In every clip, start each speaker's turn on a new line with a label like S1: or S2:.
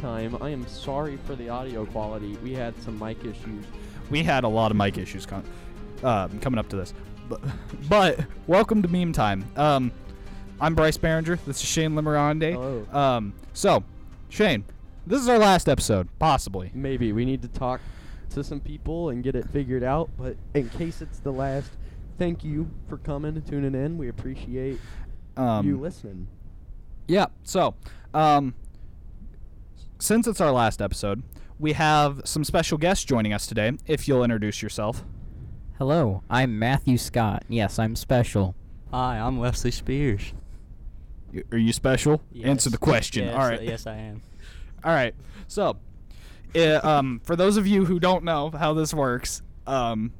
S1: time. I am sorry for the audio quality. We had some mic issues.
S2: We had a lot of mic issues con- um, coming up to this, but, but welcome to meme time. Um, I'm Bryce Barringer. This is Shane Limerande.
S1: Hello.
S2: Um, so, Shane, this is our last episode, possibly.
S1: Maybe we need to talk to some people and get it figured out. But in case it's the last, thank you for coming, tuning in. We appreciate
S2: Um,
S1: you listening.
S2: Yeah. So, um, since it's our last episode, we have some special guests joining us today. If you'll introduce yourself.
S3: Hello, I'm Matthew Scott. Yes, I'm special.
S4: Hi, I'm Wesley Spears.
S2: Y- Are you special? Answer the question.
S4: Yes,
S2: All right.
S4: Yes, I am.
S2: All right. So, i um, for those of you who don't know how this works, um,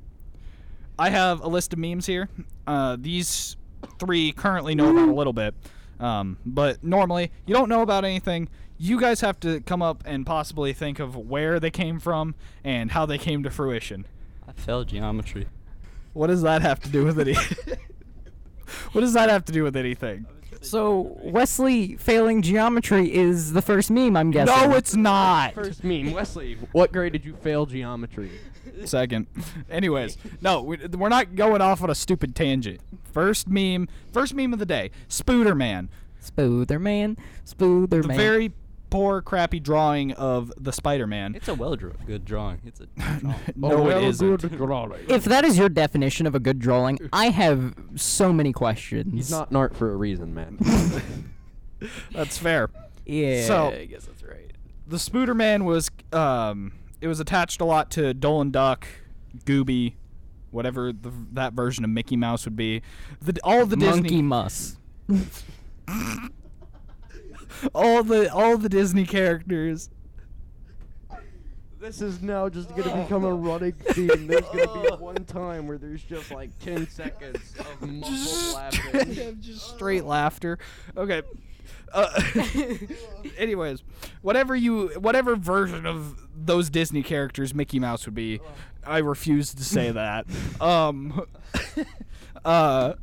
S2: I have a list of memes here. Uh, these three currently know about a little bit, um, but normally you don't know about anything. You guys have to come up and possibly think of where they came from and how they came to fruition.
S4: I failed geometry.
S2: What does that have to do with any? what does that have to do with anything?
S3: So Wesley failing geometry is the first meme, I'm guessing.
S2: No, it's not.
S1: First meme, Wesley. What grade did you fail geometry?
S2: Second. Anyways, no, we, we're not going off on a stupid tangent. First meme, first meme of the day, Spooderman,
S3: Spoother man,
S2: the
S3: Spoother man.
S2: very poor, crappy drawing of the Spider-Man.
S4: It's a well draw- good drawing. It's a drawing.
S2: no, it isn't.
S3: if that is your definition of a good drawing, I have so many questions.
S1: He's not an art for a reason, man.
S2: That's fair.
S3: Yeah.
S2: So-
S3: I guess that's right.
S2: The Spooderman was, um, it was attached a lot to Dolan Duck, Gooby, whatever the, that version of Mickey Mouse would be. The, all the
S3: Monkey
S2: Disney,
S3: muss.
S2: all the all the Disney characters.
S1: This is now just
S2: Oh.
S1: gonna become a running theme. There's gonna be one time where there's just like ten seconds of Uh. muffled laughing.
S2: just straight laughter. Okay. Uh, anyways, whatever you, whatever version of those Disney characters Mickey Mouse would be, I refuse to say that. Um. uh.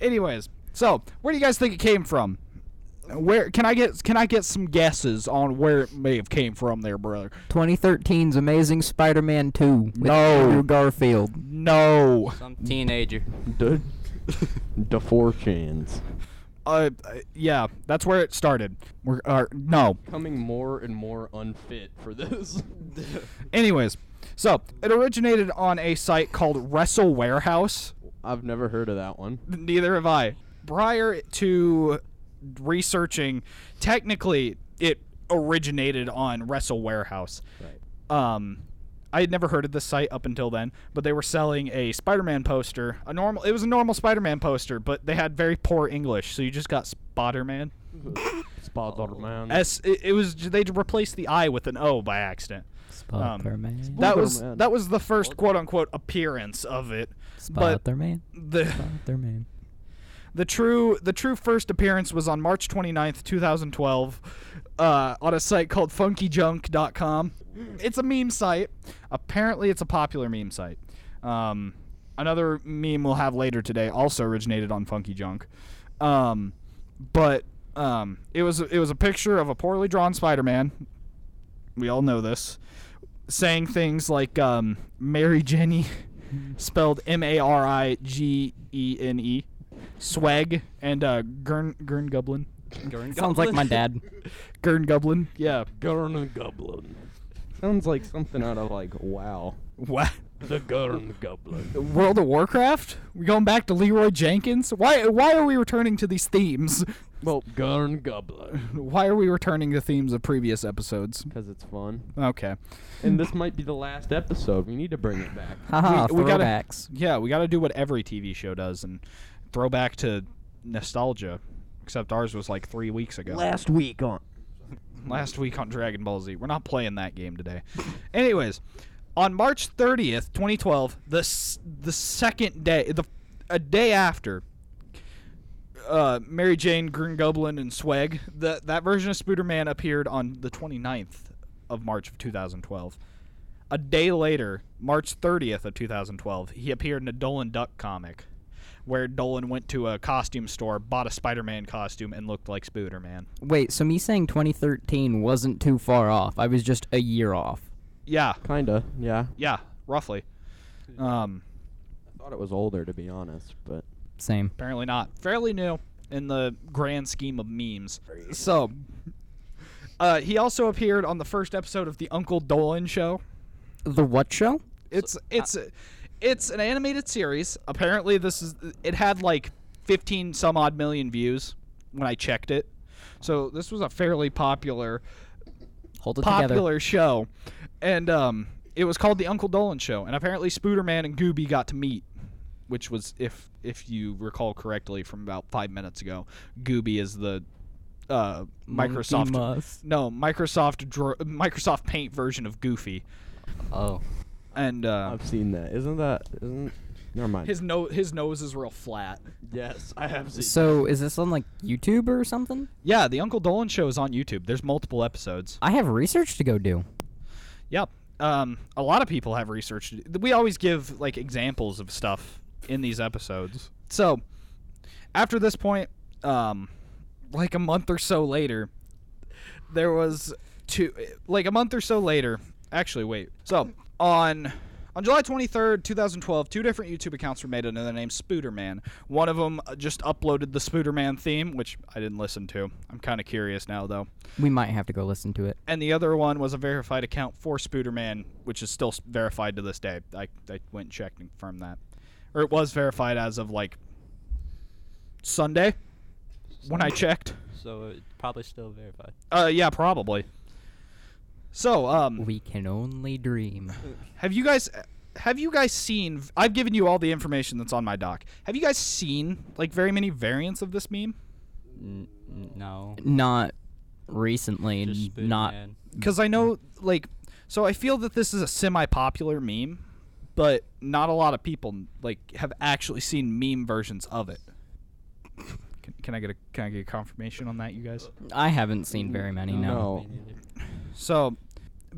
S2: anyways, so where do you guys think it came from? Where can I get can I get some guesses on where it may have came from, there, brother?
S3: 2013's Amazing Spider-Man 2 with
S2: No.
S3: Andrew Garfield.
S2: No.
S4: Some teenager.
S1: The, the four chans.
S2: Uh. Yeah, that's where it started. We're uh, no.
S1: Becoming more and more unfit for this.
S2: Anyways, so it originated on a site called Wrestle Warehouse.
S1: I've never heard of that one.
S2: Neither have I. Prior to researching, technically it originated on Wrestle Warehouse.
S1: Right.
S2: Um, I had never heard of this site up until then, but they were selling a Spider-Man poster. A normal, it was a normal Spider-Man poster, but they had very poor English, so you just got Spider-Man.
S1: Spot man.
S2: S. It, it was they replaced the I with an O by accident. Um,
S3: Spoother man.
S2: That was
S1: Spider-Man.
S2: that was the first quote unquote appearance of it. but-
S3: Spoother man.
S2: The
S3: Spoother man.
S2: the true the true first appearance was on March 29th, 2012, uh, on a site called funkyjunk.com. It's a meme site. Apparently, it's a popular meme site. Um, another meme we'll have later today also originated on Funky Junk. Um, but um, it was it was a picture of a poorly drawn Spider-Man. We all know this. Saying things like um, Mary Jenny spelled M A R I G E N E. Swag and uh, Gurn Gurn Goblin.
S3: Sounds like my dad.
S2: Gurn Goblin. Yeah.
S1: Gurn and Goblin. Sounds like something out of like Wow.
S2: What?
S1: The Gurn Goblin.
S2: World of Warcraft? We going back to Leroy Jenkins? Why why are we returning to these themes?
S1: Well, Gurn Goblin.
S2: Why are we returning to themes of previous episodes?
S1: Because it's fun.
S2: Okay.
S1: And this might be the last episode. We need to bring it back.
S3: Haha,
S2: We- we gotta-
S3: Uh-huh, throwbacks.
S2: Yeah, we got to do what every TV show does and throw back to nostalgia. Except ours was like 3 weeks ago.
S1: Last week on.
S2: last week on Dragon Ball Z. We're not playing that game today. Anyways, on March 30th, 2012, the s- the second day, the a day after uh, Mary Jane, Green Goblin, and Swag, that that version of Spooderman appeared on the 29th of March of 2012. A day later, March 30th of 2012, he appeared in a Dolan Duck comic. where Dolan went to a costume store, bought a Spider-Man costume, and looked like Spooderman.
S3: Wait, so me saying 2013 wasn't too far off. I was just a year off.
S2: Yeah,
S1: Kinda, yeah.
S2: yeah, roughly. Um,
S1: I thought it was older to be honest, but
S3: Same.
S2: apparently not. Fairly new in the grand scheme of memes. So, uh, he also appeared on the first episode of the Uncle Dolan show.
S3: The what show?
S2: It's it's it's an animated series. Apparently, this is it had like 15 some odd million views when I checked it. So this was a fairly popular
S3: Hold it together.
S2: popular show, and um, it was called the Uncle Dolan Show. And apparently, Spooderman and Gooby got to meet, which was if if you recall correctly from about five minutes ago. Gooby is the uh, Microsoft
S3: must.
S2: no Microsoft dro- Microsoft Paint version of Goofy,
S4: Oh.
S2: and uh,
S1: I've seen that. Isn't that isn't never mind.
S2: his no his nose is real flat.
S1: yes, I have seen
S3: So is this on like YouTube or something?
S2: Yeah, the Uncle Dolan Show is on YouTube. There's multiple episodes.
S3: I have research to go do.
S2: Yep. Um, a lot of people have researched. it. We always give like examples of stuff in these episodes. So, after this point, um, like a month or so later, there was two. Like a month or so later, actually, wait. So on on July twenty third, two thousand twelve, two different YouTube accounts were made under the name Spooderman. One of them just uploaded the Spooderman theme, which I didn't listen to. I'm kind of curious now though
S3: We might have to go listen to it.
S2: and the other one was a verified account for Spooderman, which is still s- verified to this day. I, I went and checked and confirmed that. Or it was verified as of like Sunday when I checked.
S4: So it probably still verified.
S2: Uh, yeah, probably. So, um,
S3: We can only dream.
S2: have you guys have you guys seen I've given you all the information that's on my doc. Have you guys seen like very many variants of this meme?
S4: N- n- no.
S3: Not recently.
S4: Just
S3: n- Not.
S4: Spooderman.
S2: because I know like so I feel that this is a semi-popular meme, but not a lot of people like have actually seen meme versions of it. Can, can I get a can I get a confirmation on that, you guys?
S3: I haven't seen very many. No.
S1: No.
S4: Me neither.
S2: So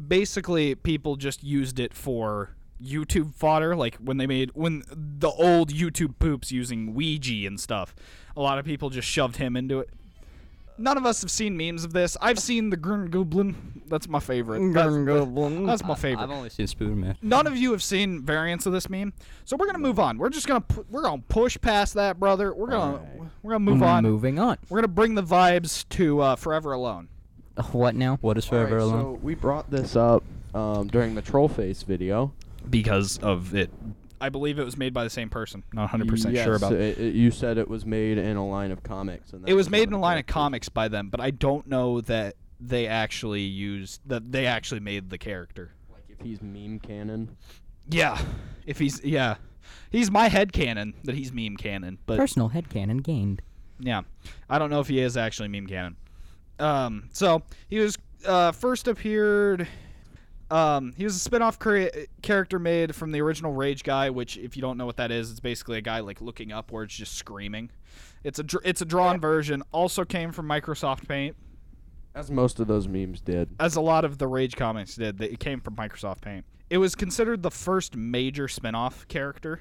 S2: basically, people just used it for YouTube fodder, like when they made when the old YouTube poops using Ouija and stuff. A lot of people just shoved him into it. None of us have seen memes of this. I've seen the Gurn Goblin. That's my favorite. That's- That's my favorite.
S4: I've only seen Spooderman.
S2: None of you have seen variants of this meme, so we're gonna move on. We're just gonna pu- we're gonna push past that, brother. We're gonna
S1: Alright.
S2: we're gonna move on.
S3: Moving on.
S2: We're gonna bring the vibes to uh, Forever Alone.
S3: What now?
S4: What is Forever
S1: Alright,
S4: Alone?
S1: So we brought this up um, during the troll face video.
S2: because of it. I believe it was made by the same person. Not 100 percent
S1: yes,
S2: sure about. It,
S1: it, it- You said it was made in a line of comics, and that
S2: it was made
S1: one
S2: in a line of
S1: the-
S2: comics by them, but I don't know that they actually used that they actually made the character.
S1: Like if he's meme canon.
S2: Yeah, if he's yeah, he's my head canon that he's meme canon, but
S3: Personal headcanon gained.
S2: Yeah, I don't know if he is actually meme canon. Um, so he was uh, first appeared. Um, he was a spin-off crea- character made from the original Rage guy, which, if you don't know what that is, it's basically a guy like looking upwards, just screaming. It's a dr- it's a drawn version. Also came from Microsoft Paint,
S1: As most of those memes did.
S2: as a lot of the Rage comics did. That it came from Microsoft Paint. It was considered the first major spin-off character.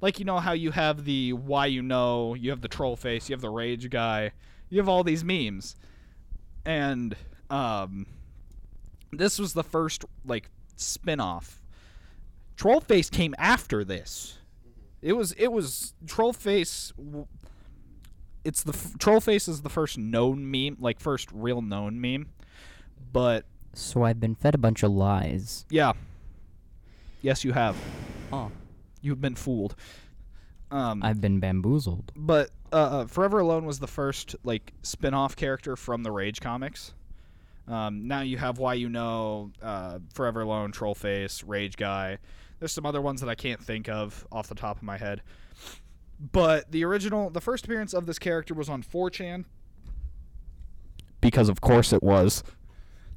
S2: Like you know how you have the why you know, you have the troll face, you have the rage guy, you have all these memes, and um, this was the first like spin-off. Troll face came after this. It was it was troll face. w- It's the f- troll face is the first known meme, like first real known meme, but
S3: So I've been fed a bunch of lies.
S2: yeah. Yes, you have.
S4: Huh.
S2: You've been fooled. Um,
S3: I've been bamboozled.
S2: but uh, uh, Forever Alone was the first like spin-off character from the Rage comics. Um, now you have Why You Know, uh, Forever Alone, Trollface, Rage Guy. There's some other ones that I can't think of off the top of my head. But the original, the first appearance of this character was on 4chan. Because of course it was.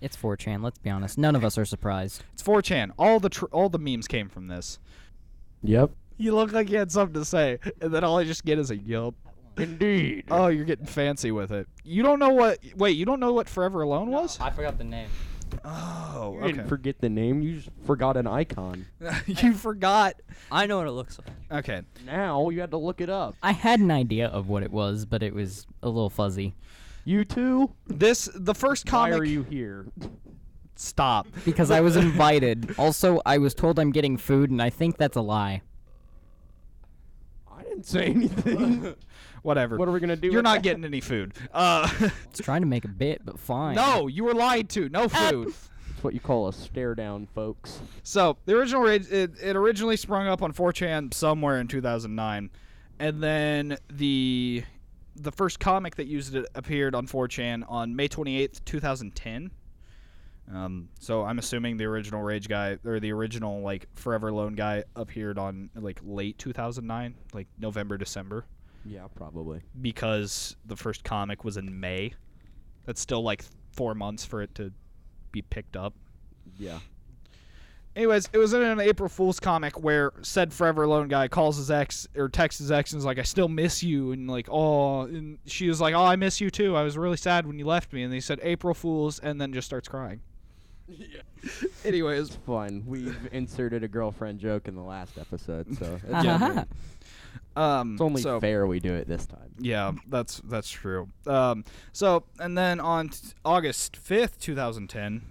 S3: It's 4chan. Let's be honest. None of us are surprised.
S2: It's 4chan. All the tr- all the memes came from this.
S1: Yep.
S2: You look like you had something to say, and then all I just get is a yup.
S1: Indeed.
S2: Oh, you're getting fancy with it. You don't know what? Wait, you don't know what Forever Alone was?
S4: I forgot the name.
S2: Oh,
S1: You
S2: okay.
S1: didn't forget the name. You just forgot an icon.
S2: you forgot.
S4: I know what it looks like.
S2: Okay.
S1: Now you had to look it up.
S3: I had an idea of what it was, but it was a little fuzzy
S1: You too.
S2: This the first
S1: Why
S2: comic.
S1: are you here?
S2: Stop.
S3: because I was invited. Also, I was told I'm getting food, and I think that's a lie.
S1: I didn't say anything.
S2: Whatever.
S1: What are we gonna do
S2: You're
S1: with
S2: not
S1: that?
S2: getting any food. Uh,
S3: It's trying to make a bit, but fine.
S2: no, you were lied to. No food.
S1: That's what you call a stare down, folks.
S2: So the original ri- it, it originally sprung up on 4chan somewhere in 2009, and then the the first comic that used it appeared on 4chan on May 28th, 2010. Um, so I'm assuming the original Rage guy or the original like Forever Lone guy appeared on like late 2009, like November December,
S1: Yeah, probably.
S2: because the first comic was in May. That's still like four months for it to be picked up.
S1: Yeah.
S2: Anyways, it was in an April Fool's comic where said Forever Alone guy calls his ex or texts his ex and is like, "I still miss you," and like, "Oh," and she was like, "Oh, I miss you too. I was really sad when you left me." And they said April Fools, and then just starts crying. Anyways,
S1: It's fun. We've inserted a girlfriend joke in the last episode, so it's,
S3: Yeah.
S1: only-
S2: um,
S1: it's only
S2: so,
S1: fair we do it this time.
S2: Yeah, that's that's true. Um, so and then on t- August fifth, two thousand ten.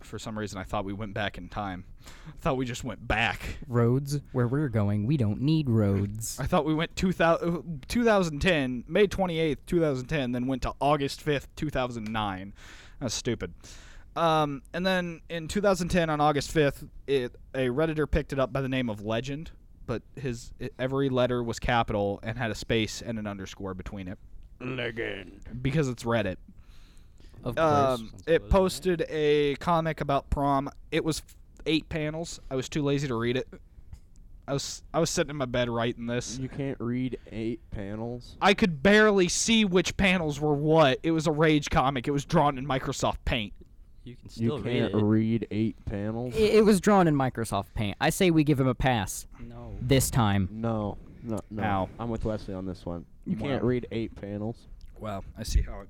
S2: For some reason, I thought we went back in time. I thought we just went back.
S3: Roads, where we're going, we don't need roads.
S2: I thought we went 2000, 2010, May 28th, 2010, then went to August 5th, 2009. That's stupid. Um, and then in 2010, on August 5th, it, a Redditor picked it up by the name of Legend, but his every letter was capital and had a space and an underscore between it
S1: Legend.
S2: because it's Reddit.
S3: Of course.
S2: Um, it posted a comic about prom. It was eight panels. I was too lazy to read it. I was I was sitting in my bed writing this.
S1: You can't read eight panels.
S2: I could barely see which panels were what. It was a Rage comic. It was drawn in Microsoft Paint.
S4: You can
S1: You
S4: still read
S1: can't
S4: it.
S1: read eight panels.
S3: It, it was drawn in Microsoft Paint. I say we give him a pass
S4: no.
S3: this time.
S1: No, no, no.
S2: Ow.
S1: I'm with Wesley on this one. You can't
S2: Wow.
S1: read eight panels.
S2: Wow, I see how it.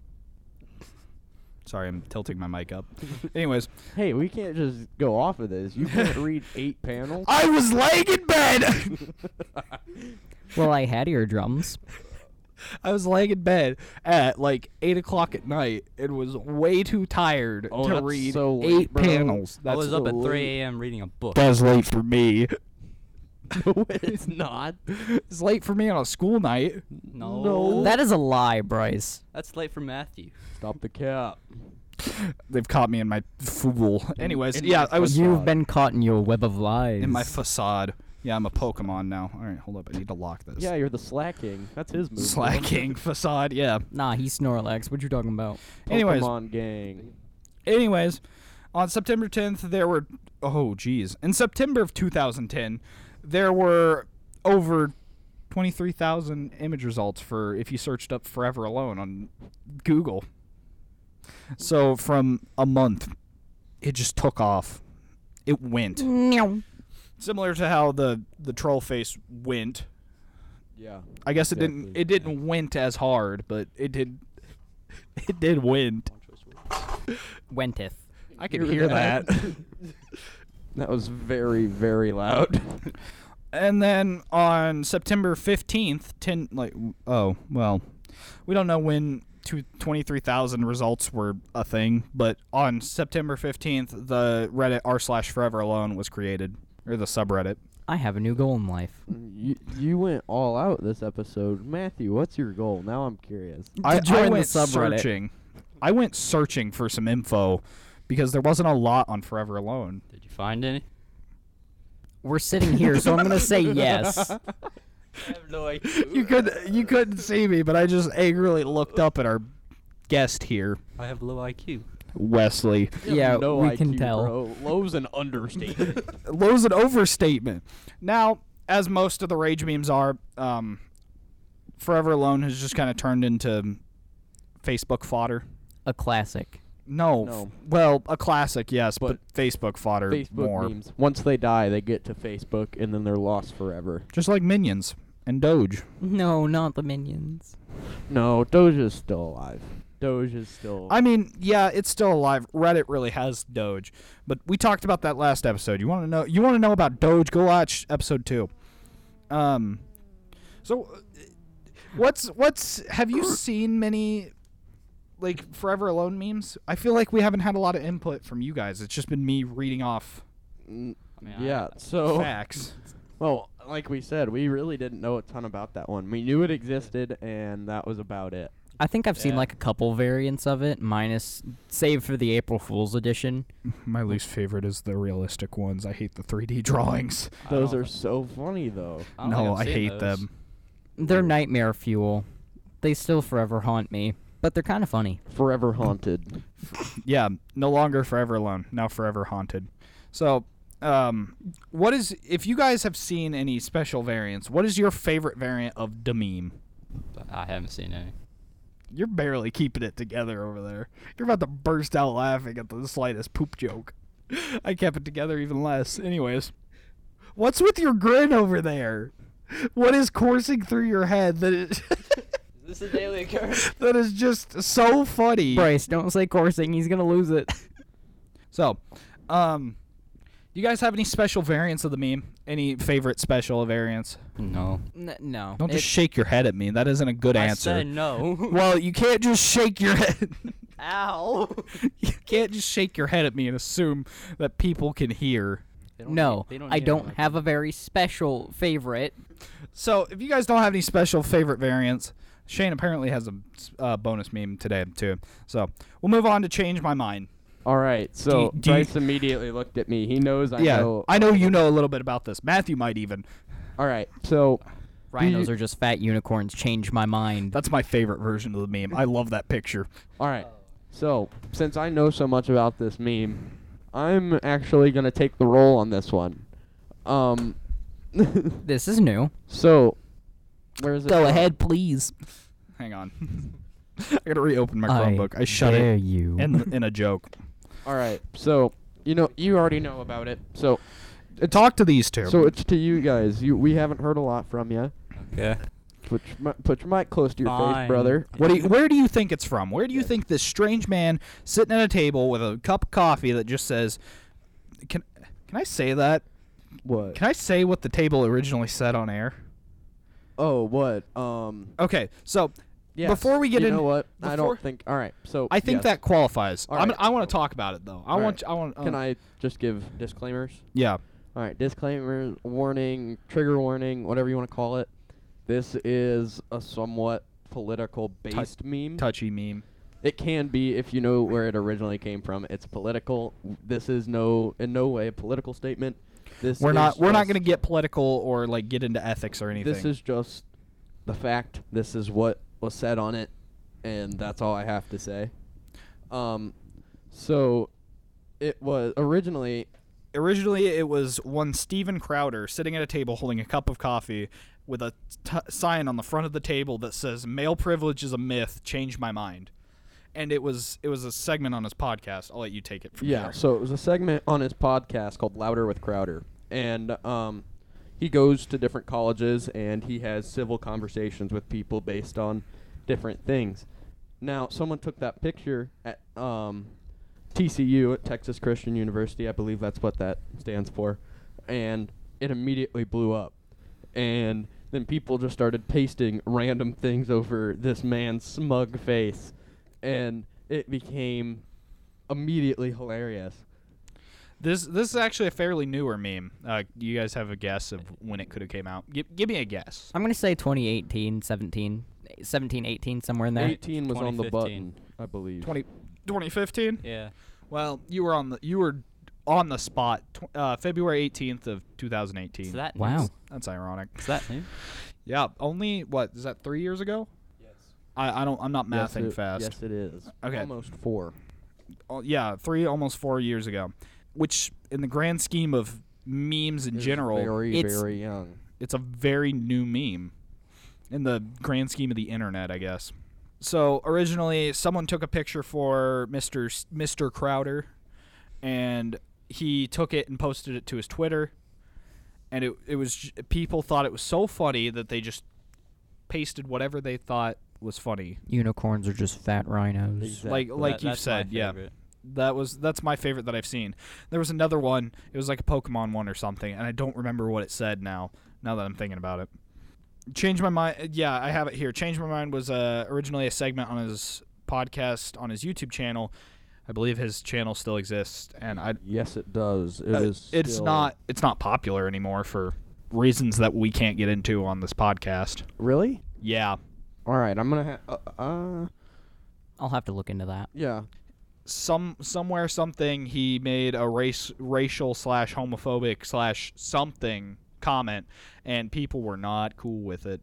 S2: Sorry, I'm tilting my mic up. Anyways,
S1: Hey, we can't just go off of this. You can't read eight panels.
S2: I was laying in bed.
S3: Well, I had eardrums.
S2: I was laying in bed at like eight o'clock at night and was way too tired
S1: Oh,
S2: to
S1: that's
S2: read
S1: so late,
S2: eight
S1: bro.
S2: panels.
S1: That
S4: I was
S1: so
S4: up at
S1: late.
S4: 3 a.m. reading a book.
S2: That's late for me.
S1: no, it's not.
S2: It's late for me on a school night.
S4: No.
S1: No.
S3: That is a lie, Bryce.
S4: That's late for Matthew.
S1: Stop the cap.
S2: They've caught me in my fool. Anyways,
S1: in
S2: yeah,
S1: my
S2: I was
S3: You've been caught in your web of lies.
S2: in my facade. Yeah, I'm a Pokemon now. All right, hold up. I need to lock this.
S1: Yeah, you're the slacking. That's his move.
S2: slacking facade. Yeah.
S3: nah, he's Snorlax. What you talking about?
S2: Anyways,
S1: Pokemon gang.
S2: anyways, on September 10th there were oh geez, in September of 2010 there were over 23,000 image results for if you searched up Forever Alone on Google. So from a month, it just took off. It went
S3: No.
S2: similar to how the the troll face went.
S1: Yeah.
S2: I guess it didn't
S1: Exactly.
S2: it didn't went as hard, but it did it did went.
S3: Wentith.
S2: I can hear that.
S1: That was very, very loud.
S2: and then on September 15th, 10 like oh, well. We don't know when two- 23,000 results were a thing, but on September 15th, the Reddit r slash forever alone was created or the subreddit.
S3: I have a new goal in life.
S1: you, you went all out this episode. Matthew, what's your goal? Now I'm curious.
S2: I,
S3: join
S2: I
S3: the
S2: went
S3: subreddit.
S2: searching. I went searching for some info because there wasn't a lot on Forever Alone.
S4: Did you find any?
S3: We're sitting here, so I'm gonna say yes.
S4: I have no idea.
S2: You could you couldn't see me, but I just angrily looked up at our guest here,
S4: I have low IQ.
S2: Wesley.
S3: Yeah,
S1: no
S3: we
S1: IQ,
S3: can tell.
S1: Bro. Low's an understatement.
S2: Lowe's an overstatement. Now, as most of the rage memes are, um, Forever Alone has just kind of turned into Facebook fodder.
S3: A classic.
S2: No,
S1: No.
S2: f- well, a classic, yes, but, Facebook fodder
S1: Facebook
S2: more.
S1: memes. Once they die, they get to Facebook, and then they're lost forever.
S2: Just like Minions and Doge.
S3: No, not the minions.
S1: No, Doja's still alive. Doge is still.
S2: I mean, yeah, it's still alive. Reddit really has Doge, but we talked about that last episode. You want to know? You want to know about Doge? Go watch episode two. Um, so uh, what's what's? Have you seen many like Forever Alone memes? I feel like we haven't had a lot of input from you guys. It's just been me reading off
S1: N-
S4: I mean, I-
S1: yeah.
S2: Oh.
S1: So
S2: facts.
S1: well, like we said, we really didn't know a ton about that one. We knew it existed, and that was about it.
S3: I think I've seen
S4: Yeah.
S3: like a couple variants of it, minus save for the April Fool's edition.
S2: My least favorite is the realistic ones. I hate the 3D drawings.
S4: I
S1: Those
S4: don't
S1: are
S4: think-
S1: so funny though.
S4: I don't think
S2: no,
S4: I've
S2: I
S4: seen
S2: hate
S4: those.
S2: them.
S3: They're nightmare fuel. They still forever haunt me, but they're kind of funny.
S1: Forever haunted.
S2: yeah, no longer forever alone, now forever haunted. So, um, what is if you guys have seen any special variants? What is your favorite variant of the meme?
S4: But I haven't seen any.
S2: You're barely keeping it together over there. You're about to burst out laughing at the slightest poop joke. I kept it together even less. Anyways, what's with your grin over there? What is coursing through your head that is,
S4: Is this a daily occurrence?
S2: that is just so funny?
S3: Bryce, don't say coursing. He's gonna lose it.
S2: So, um, you guys have any special variants of the meme? Any favorite special variants?
S1: Hmm.
S4: No.
S3: N- no.
S2: Don't
S3: It-
S2: just shake your head at me. That isn't a good
S4: I
S2: answer.
S4: said no.
S2: Well, you can't just shake your head.
S4: Ow.
S2: you can't just shake your head at me and assume that people can hear.
S3: no, I don't
S4: have.
S3: have a very special favorite.
S2: So, if you guys don't have any special favorite variants, Shane apparently has a uh, bonus meme today too. So, we'll move on to change my mind.
S1: All right. So
S2: do you-
S1: Bryce immediately looked at me. He knows I
S2: yeah,
S1: know.
S2: I know you know a little bit about this. Matthew might even.
S1: All right. So
S3: Rhinos are just fat unicorns. Change my mind.
S2: That's my favorite version of the meme. I love that picture.
S1: all
S3: Oh.
S1: right. So since I know so much about this meme, I'm actually gonna take the role on this one. Um.
S3: This is new.
S1: so where is it?
S3: Go
S1: from?
S3: ahead, please.
S2: Hang on. I gotta reopen my Chromebook. I, shut
S3: dare
S2: it
S3: you.
S2: in, in a joke.
S1: All right. So you know you already know about it. So
S2: Uh, Talk to these two.
S1: so it's to you guys. You we haven't heard a lot from you.
S4: Yeah.
S1: Put your, mi- put your mic close to your face,
S4: Fine.
S1: brother.
S2: what do you, where do you think it's from? Where do you think this strange man sitting at a table with a cup of coffee that just says, "Can can I say that?
S1: What?
S2: Can I say what the table originally said on air?"
S1: oh, what? Um.
S2: Okay, so
S1: Yes,
S2: before we get
S1: you
S2: in,
S1: know what? I
S2: before-
S1: don't think. All right. So
S2: I think
S1: yes.
S2: that qualifies.
S1: All
S2: I'm,
S1: right.
S2: I want to talk about it though. I
S1: All
S2: want
S1: right.
S2: you- I want.
S1: Can
S2: um,
S1: I just give disclaimers?
S2: Yeah.
S1: All right, disclaimer, warning, trigger warning, whatever you want to call it. This is a somewhat political based meme.
S2: Touchy meme.
S1: It can be if you know where it originally came from. It's political. This is no in no way a political statement. This
S2: We're
S1: is
S2: not. We're not
S1: just-
S2: gonna get political or like get into ethics or anything.
S1: This is just the fact. This is what was said on it, and that's all I have to say. Um, so it was originally
S2: originally it was one Steven Crowder sitting at a table holding a cup of coffee with a t- sign on the front of the table that says male privilege is a myth change my mind and it was it was a segment on his podcast i'll let you take it from
S1: Yeah,
S2: there
S1: so it was a segment on his podcast called Louder with Crowder. And um, he goes to different colleges and he has civil conversations with people based on different things. Now, someone took that picture at um, TCU, at Texas Christian University. I believe that's what that stands for. And it immediately blew up. And then people just started pasting random things over this man's smug face. And it became immediately hilarious.
S2: this this is actually a fairly newer meme uh, you guys have a guess of when it could have came out Gi- give me a guess
S3: I'm gonna say 2018, 17, 17, 18, somewhere in there.
S1: 18 was on the
S4: 2015.
S1: button, I believe.
S2: 20 2015
S4: Yeah.
S2: well you were on the you were on the spot tw- uh, february 18th of 2018
S4: Is that new?
S3: Wow.
S2: that's ironic
S4: Is that new?
S2: yeah only what is that three years ago
S4: Yes.
S2: I, I don't. I'm not
S1: Yes,
S2: mathing
S1: it-
S2: fast.
S1: Yes, it is.
S2: Okay.
S1: Almost four.
S2: Oh, yeah, three, almost four years ago, which in the grand scheme of memes in
S1: It's
S2: general,
S1: Very,
S3: it's-
S1: very young.
S2: it's a very new meme in the grand scheme of the internet, I guess. So originally, someone took a picture for Mister S- Mister Crowder, and he took it and posted it to his Twitter, and it it was j- people thought it was so funny that they just pasted whatever they thought was funny.
S3: Unicorns are just fat rhinos.
S1: Exactly.
S2: Like like
S4: That-
S2: you
S4: that's my
S2: said, yeah.
S4: favorite.
S2: That was that's my favorite that I've seen. There was another one. It was like a Pokemon one or something, and I don't remember what it said now. Now that I'm thinking about it, change my mind. Yeah, I have it here. Change my mind was uh, originally a segment on his podcast on his YouTube channel. I believe his channel still exists, and I
S1: Yes, it does. It
S2: uh,
S1: is.
S2: it's
S1: still-
S2: not it's not popular anymore for reasons that we can't get into on this podcast.
S1: really.
S2: Yeah.
S1: All right, I'm gonna. Ha- uh, uh,
S3: I'll have to look into that.
S1: yeah.
S2: Some somewhere something he made a race racial slash homophobic slash something comment and people were not cool with it.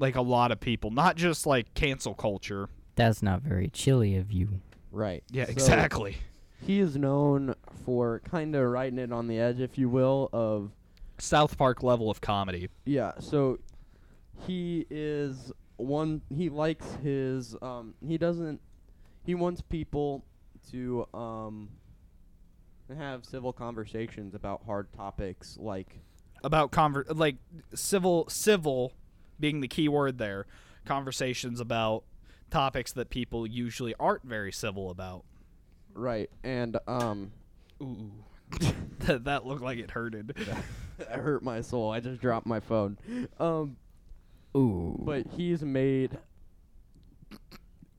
S2: Like a lot of people. Not just like cancel culture.
S3: That's not very chilly of you.
S1: Right.
S2: Yeah,
S1: So
S2: exactly.
S1: He is known for kind of riding it on the edge, if you will, of
S2: South Park level of comedy.
S1: Yeah, so he is one. He likes his. Um, he doesn't. He wants people to um, have civil conversations about hard topics like.
S2: about conver- like civil civil being the key word there conversations about topics that people usually aren't very civil about
S1: Right, and um,
S2: ooh that, that looked like it hurted
S1: that hurt my soul. I just dropped my phone. Um,
S3: Ooh.
S1: but he's made.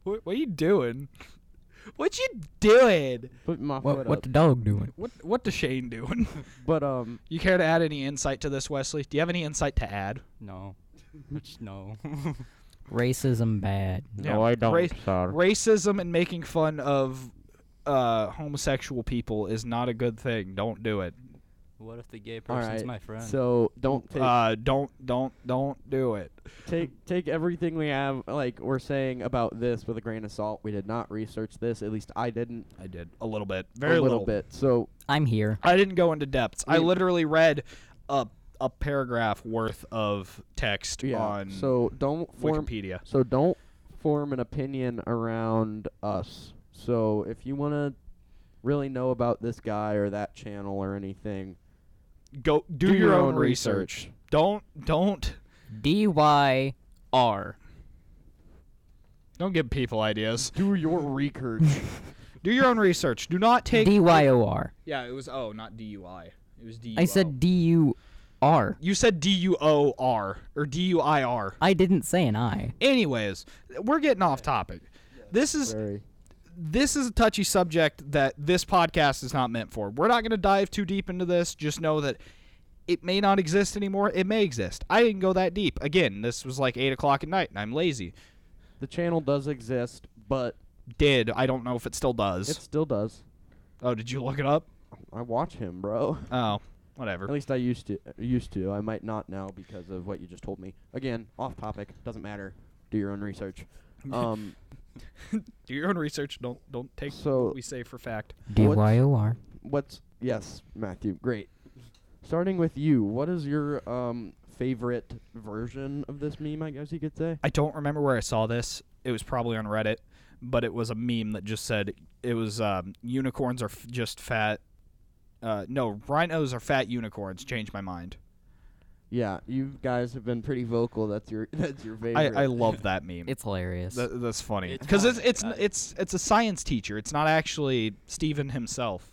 S2: what, what are you doing what you doing
S1: Put my
S3: what,
S1: foot
S3: what
S1: up.
S3: the dog doing?
S2: what what does shane doing
S1: but um,
S2: you care to add any insight to this wesley do you have any insight to add
S4: No. Which- no.
S3: Racism bad.
S2: No, I don't. racism and making fun of uh, homosexual people is not a good thing don't do it
S4: what if the gay
S1: all
S4: person's
S1: right.
S4: my friend?
S1: So don't take
S2: uh, don't don't don't do it
S1: take take everything we have like we're saying about this with a grain of salt. We did not research this. At least I didn't.
S2: I did a little bit, very
S1: a little, bit. So
S3: I'm here.
S2: I didn't go into depths. I
S1: We-
S2: literally read a a paragraph worth of text
S1: yeah.
S2: on
S1: so don't form.
S2: Wikipedia.
S1: So don't form an opinion around us. So if you want to really know about this guy or that channel or anything,
S2: Go do, your, own, research. Don't don't
S3: D Y R.
S2: don't give people ideas.
S1: Do your research.
S2: Do your own research. Do not take.
S3: D Y O R.
S2: yeah, it was oh, not DUI. It was DUO.
S3: I said D U R.
S2: You said D U O R or D U I R.
S3: I didn't say an I.
S2: Anyways, we're getting off topic. This is
S1: Very.
S2: this is a touchy subject that this podcast is not meant for. We're not going to dive too deep into this. Just know that it may not exist anymore. It may exist. I didn't go that deep. Again, this was like eight o'clock at night, and I'm lazy.
S1: The channel does exist, but
S2: Did I don't know if it still does.
S1: it still does.
S2: oh, did you look it up?
S1: I watch him, bro.
S2: Oh,
S1: At
S2: whatever.
S1: least I used to. Used to. I might not now because of what you just told me. Again, off topic. Doesn't matter. Do your own research. Um,
S2: Do your own research. Don't don't take
S1: So-
S2: what we say for fact.
S3: D Y O R.
S1: what's yes, Matthew? Great. Starting with you, what is your um favorite version of this meme? I guess you could say.
S2: I don't remember where I saw this. It was probably on Reddit, but it was a meme that just said it was um, unicorns are f- just fat. Uh, no, rhinos are fat unicorns. Changed my mind.
S1: Yeah, you guys have been pretty vocal. That's your that's your
S2: I,
S1: favorite.
S2: I love that meme.
S3: It's hilarious.
S2: Th- that's funny
S4: It's
S2: because it's
S4: funny,
S2: it's,
S4: yeah.
S2: n- it's it's a science teacher. It's not actually Steven himself.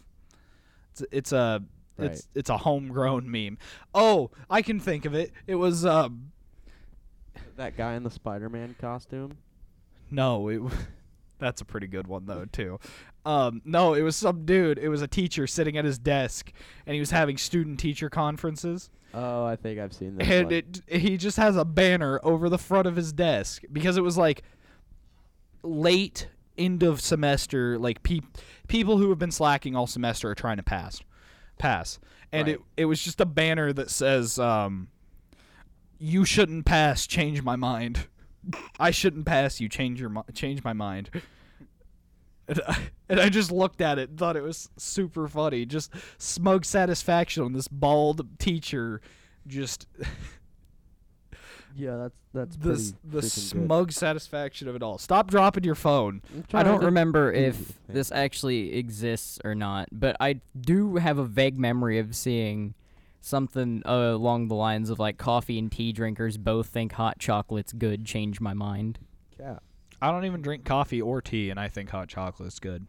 S2: It's it's a it's it's a homegrown meme. Oh, I can think of it. It was um
S1: that guy in the Spider-Man costume.
S2: no, it w- that's a pretty good one though too. Um no, it was some dude. It was a teacher sitting at his desk and he was having student teacher conferences.
S1: Oh, I think I've seen that.
S2: and it, he just has a banner over the front of his desk because it was like late end of semester like peop people who have been slacking all semester are trying to pass pass and
S1: Right.
S2: it, it was just a banner that says um, you shouldn't pass change my mind i shouldn't pass you change your mi- change my mind and I, and I just looked at it and thought it was super funny. Just smug satisfaction on this bald teacher, just
S1: yeah, that's that's
S2: the s- the smug satisfaction of it all. Stop dropping your phone.
S3: I don't remember
S1: Ooh,
S3: if
S1: thank
S3: this actually exists or not, but I do have a vague memory of seeing something uh, along the lines of like coffee and tea drinkers both think hot chocolate's good, change my mind.
S1: that.
S2: I don't even drink coffee or tea, and I think hot chocolate's good.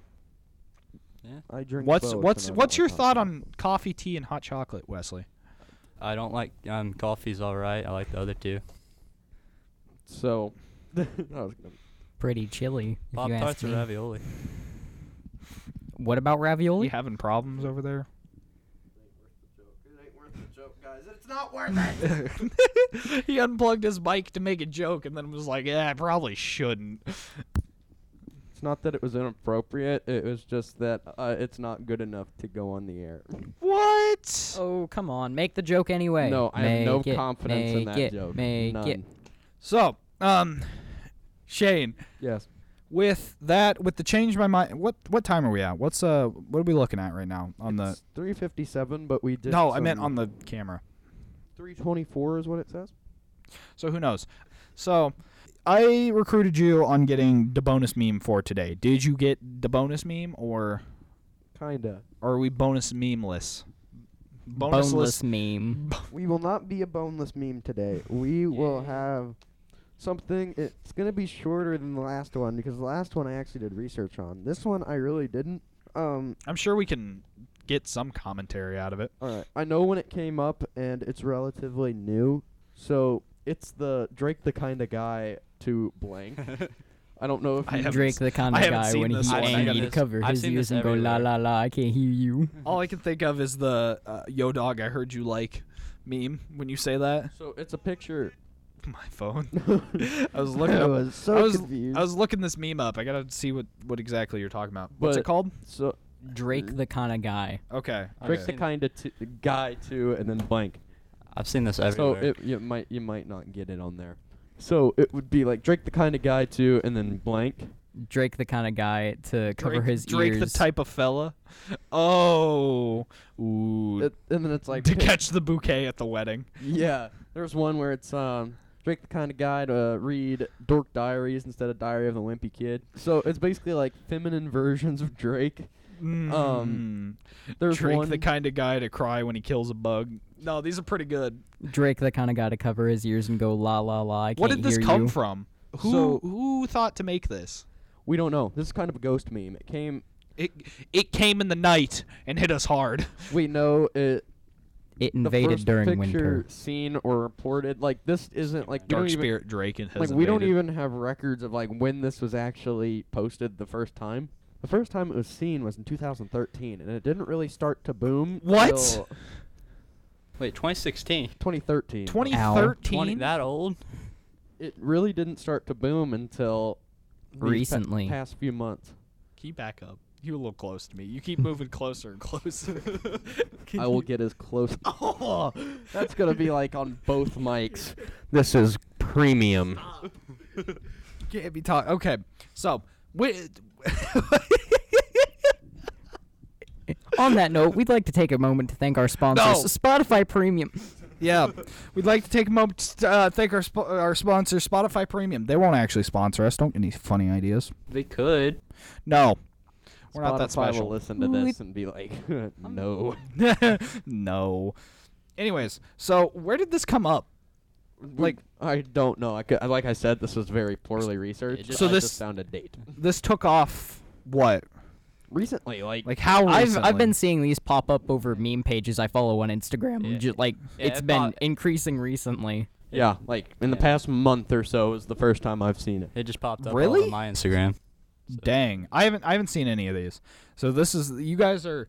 S1: I drink.
S2: What's what's what's your thought on coffee, tea, and hot chocolate, Wesley?
S4: I don't like um coffee's all right. I like the other two.
S1: So, I was gonna-
S3: Pretty chilly. If
S4: Pop
S3: you ask
S4: tarts or
S3: me.
S4: ravioli.
S3: What about ravioli?
S2: You having problems over there? he unplugged his mic to make a joke, and then was like, "Yeah, I probably shouldn't."
S1: It's not that it was inappropriate. It was just that uh, it's not good enough to go on the air.
S2: What?
S3: Oh come on, make the joke anyway.
S1: No, I have no
S3: Make it,
S1: confidence in
S3: make
S1: that
S3: it,
S1: joke.
S3: Make
S1: None.
S3: it.
S2: So, um, Shane,
S1: Yes.
S2: with that, with the change my mind, what what time are we at? What's uh, what are we looking at right now on the?
S1: It's 357, but we did.
S2: Uh, No, I meant
S1: some-
S2: on the camera.
S1: 324 is what it says.
S2: So who knows? So I recruited you on getting the bonus meme for today. Did you get the bonus meme or
S1: Kinda.
S2: are we bonus memeless?
S3: Boneless meme.
S1: We will not be a boneless meme today. We will have something. It's going to be shorter than the last one because the last one I actually did research on. This one I really didn't. Um,
S2: I'm sure we can get some commentary out of it.
S1: all right. I know when it came up and it's relatively new. So it's the Drake the kind of guy to blank. I don't know if
S2: I
S1: you-
S2: haven't
S3: Drake the kind
S2: I
S3: of
S2: haven't
S3: guy
S2: seen
S3: when
S2: this
S3: he
S4: one. I've
S3: ain't
S4: seen
S3: need to
S4: this-
S3: cover
S4: I've
S3: his
S4: seen
S3: ears
S4: this
S3: and go la la
S4: everywhere.
S3: la. I can't hear you.
S2: All I can think of is the uh, yo dog I heard you like meme when you say that.
S1: So it's a picture.
S2: My phone.
S1: I
S2: I was looking up
S1: was so
S2: I was
S3: Mm.
S1: confused.
S2: I was looking this meme up. I got to see what what exactly you're talking about. What's it
S1: But-
S2: called?
S1: so
S3: Drake the kind of guy.
S2: Okay.
S1: Drake
S2: okay.
S1: the kind of t- guy to and then blank.
S4: I've seen this everywhere.
S1: So it you might you might not get it on there. So it would be like Drake the kind of guy to and then blank.
S3: Drake the kind of guy to cover
S2: Drake,
S3: his
S2: Drake
S3: ears.
S2: the type of fella. Oh, ooh,
S1: It, and then it's like
S2: to catch the bouquet at the wedding.
S1: yeah. There's one where it's um Drake the kind of guy to read Dork Diaries instead of Diary of a Wimpy Kid. So it's basically like feminine versions of Drake.
S2: Mm.
S1: Um, There's
S2: Drake
S1: one
S2: the kind of guy to cry when he kills a bug. No, these are pretty good.
S3: Drake the kind of guy to cover his ears and go la la la. I
S2: what
S3: can't
S2: did this
S3: hear
S2: come
S3: you.
S2: from? Who
S1: So-
S2: who thought to make this?
S1: we don't know. This is kind of a ghost meme. It came.
S2: It it came in the night and hit us hard.
S1: We know it
S3: It
S1: the
S3: invaded
S1: first
S3: during
S1: picture
S3: winter.
S1: seen or reported. Like this isn't like we
S2: Dark
S1: don't even-
S2: spirit Drake and
S1: like we don't even have records of like when this was actually posted the first time. The first time it was seen was in 2013, and it didn't really start to boom.
S2: What?
S1: till
S4: Wait, 2016.
S1: 2013.
S2: 2013.
S4: 20 that old?
S1: It really didn't start to boom until these pa-
S3: Recently.
S1: past few months.
S2: Keep back up. You a little close to me. You keep moving closer and closer.
S1: I will get as close.
S2: Oh,
S1: That's gonna be like on both mics. This is premium.
S2: Can't be talk. Okay, so we.
S3: On that note, we'd like to take a moment to thank our sponsors, Spotify Premium.
S2: yeah, we'd like to take a moment to uh, thank our sp- our sponsor, Spotify Premium. They won't actually sponsor us. Don't get any funny ideas.
S4: They could.
S2: No, we're not that
S1: Spotify will
S2: special.
S1: listen to this and be like, no.
S2: no. Anyways, so where did this come up?
S1: Like I don't know. I cou- like I said, this was very poorly researched.
S4: just-
S2: So
S1: I
S2: this-
S1: just found a date
S2: This took off what?
S1: recently. Like
S2: Like how
S3: I've
S2: recently?
S3: I've been seeing these pop up over meme pages I follow on Instagram.
S4: Yeah.
S3: Ju- like
S4: Yeah,
S3: it's
S4: it
S3: been
S4: pop-
S3: increasing recently.
S1: Yeah, like in the
S4: Yeah.
S1: past month or so is the first time I've seen it.
S4: It just popped up all
S2: Really?
S4: on my Instagram.
S2: Dang, I haven't I haven't seen any of these. So this is you guys are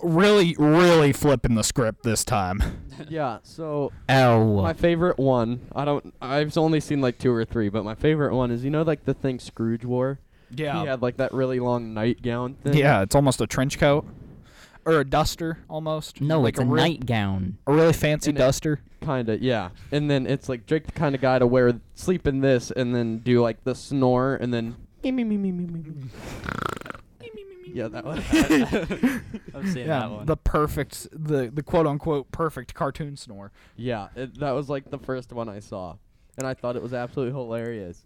S2: really really flipping the script this time.
S1: yeah, so
S2: L.
S1: my favorite one, I don't I've only seen like two or three, but my favorite one is you know like the thing Scrooge wore?
S2: Yeah.
S1: He had like that really long nightgown thing.
S2: Yeah, it's almost a trench coat or a duster almost.
S3: No,
S2: Like
S3: it's a,
S2: real-
S3: nightgown.
S2: a really fancy
S1: And it-
S2: duster.
S1: Kinda, yeah. And then it's like Drake the kind of guy to wear sleep in this and then do like the snore and then Yeah, that one.
S4: I've seen that one.
S2: the perfect the the quote unquote perfect cartoon snore.
S1: yeah, it, that was like the first one I saw. And I thought it was absolutely hilarious.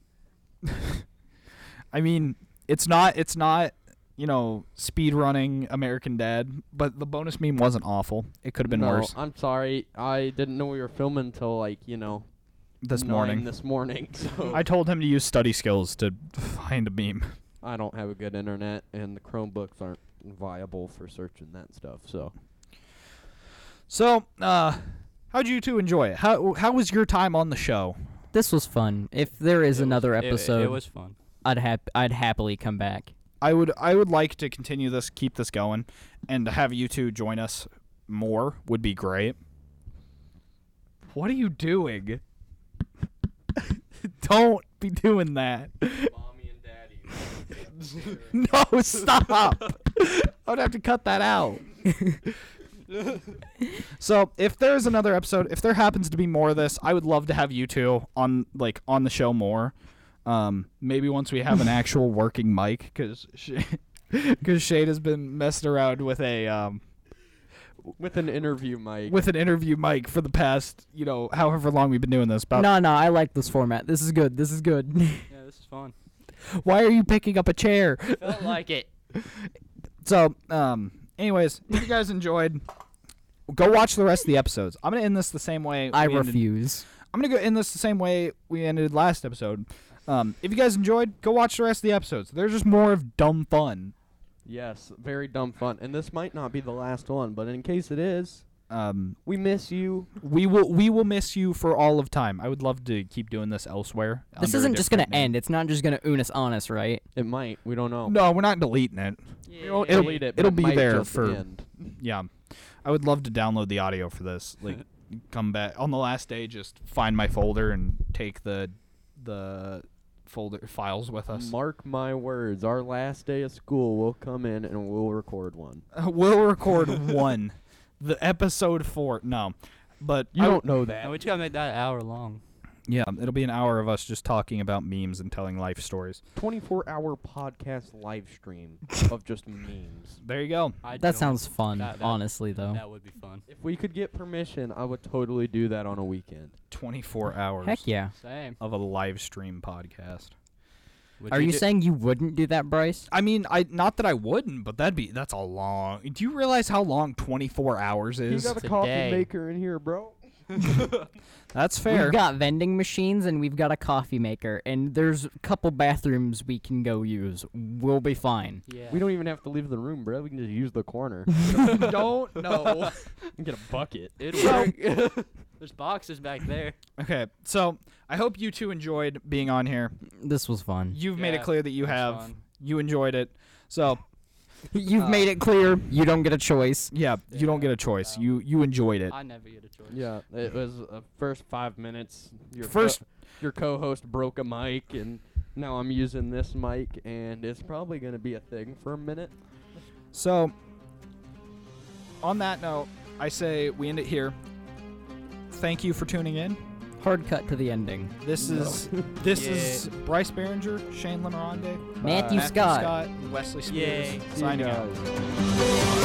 S2: I mean, it's not it's not you know speed running American Dad, but the bonus meme wasn't awful. It could have been
S1: no,
S2: worse.
S1: I'm sorry. I didn't know we were filming until like, you know,
S2: this
S1: nine
S2: morning.
S1: This morning. So
S2: I told him to use study skills to find a meme.
S1: I don't have a good internet, and the Chromebooks aren't viable for searching that stuff. So
S2: So, uh, how'd you two enjoy it? How how was your time on the show?
S3: This was fun. If there is
S4: It was-
S3: another
S4: it- it-
S3: episode,
S4: It, was fun.
S3: I'd hap- I'd happily come back.
S2: I would I would like to continue this, keep this going, and to have you two join us more would be great. What are you doing? Don't be doing that.
S1: mommy and daddy.
S2: No, stop. I would have to cut that out. so, if there's another episode, if there happens to be more of this, I would love to have you two on like on the show more. Um, maybe once we have an actual working mic, because because Shade has been messing around with a um
S1: With an interview mic.
S2: with an interview mic for the past you know however long we've been doing this. About
S3: no, no, I like this format. This is good. This is good.
S4: Yeah, this is fun.
S2: why are you picking up a chair?
S4: Felt like it.
S2: So, um, anyways, if you guys enjoyed, go watch the rest of the episodes. I'm gonna end this the same way.
S3: I
S2: we ended-
S3: refuse.
S2: I'm gonna go end this the same way we ended last episode. Um, if you guys enjoyed, go watch the rest of the episodes. They're just more of dumb fun.
S1: yes, very dumb fun. And this might not be the last one, but in case it is,
S2: Um,
S1: we miss you.
S2: we will we will miss you for all of time. I would love to keep doing this elsewhere.
S3: This
S2: under a
S3: isn't just gonna
S2: different name.
S3: end. It's not just gonna unus honest, right?
S1: It might. We don't know.
S2: No, we're not deleting it.
S1: We won't
S2: It'll-
S1: delete it. but
S2: it'll
S1: it
S2: be
S1: might
S2: there
S1: just
S2: for-
S1: end.
S2: Yeah, I would love to download the audio for this. Like, come back on the last day. Just find my folder and take the the folder files with us.
S1: Mark my words. Our last day of school, we'll come in and we'll record one.
S2: Uh, we'll record one, the episode four. No, but
S1: You
S2: I-
S1: don't know that.
S4: Now we just gotta make that an hour long.
S2: Yeah, it'll be an hour of us just talking about memes and telling life stories.
S1: 24 hour podcast live stream of just memes.
S2: There you go.
S4: I
S3: That
S4: don't-
S3: sounds fun.
S4: that- that-
S3: honestly, though.
S4: That would be fun.
S1: If we could get permission, I would totally do that on a weekend.
S2: 24 hours
S3: Heck yeah.
S4: Same.
S2: of a live stream podcast.
S4: Would
S3: Are you
S4: do-
S3: saying you wouldn't do that, Bryce?
S2: I mean, I not that I wouldn't, but that'd be that's a long. Do you realize how long 24 hours
S1: You
S2: is?
S1: got a
S4: today.
S1: coffee maker in here, bro.
S2: that's fair.
S3: We've got vending machines and we've got a coffee maker, and there's a couple bathrooms we can go use. We'll be fine.
S4: Yeah.
S1: We don't even have to leave the room, bro. We can just use the corner.
S2: don't know.
S1: and get a bucket.
S4: It'd work. There's boxes back there.
S2: okay, so I hope you two enjoyed being on here.
S3: This was fun.
S2: You've made it
S4: Yeah,
S2: clear that you
S4: it was
S2: have.
S4: fun.
S2: You enjoyed it. So
S3: You've
S2: Uh,
S3: made it clear you don't get a choice.
S2: yeah, you don't get a choice. You you enjoyed it.
S4: I never get a choice.
S1: Yeah, it was uh, first five minutes. Your co-
S2: First-
S1: your co-host broke a mic, and now I'm using this mic, and it's probably gonna be a thing for a minute.
S2: So, on that note, I say we end it here. Thank you for tuning in.
S3: Hard cut to the ending.
S2: This is this is Bryce Behringer, Shane Lemerande,
S3: Matthew
S2: Matthew
S3: Scott.
S2: Scott, and Wesley Spears
S4: Yay.
S1: See you
S2: signing out.
S1: guys.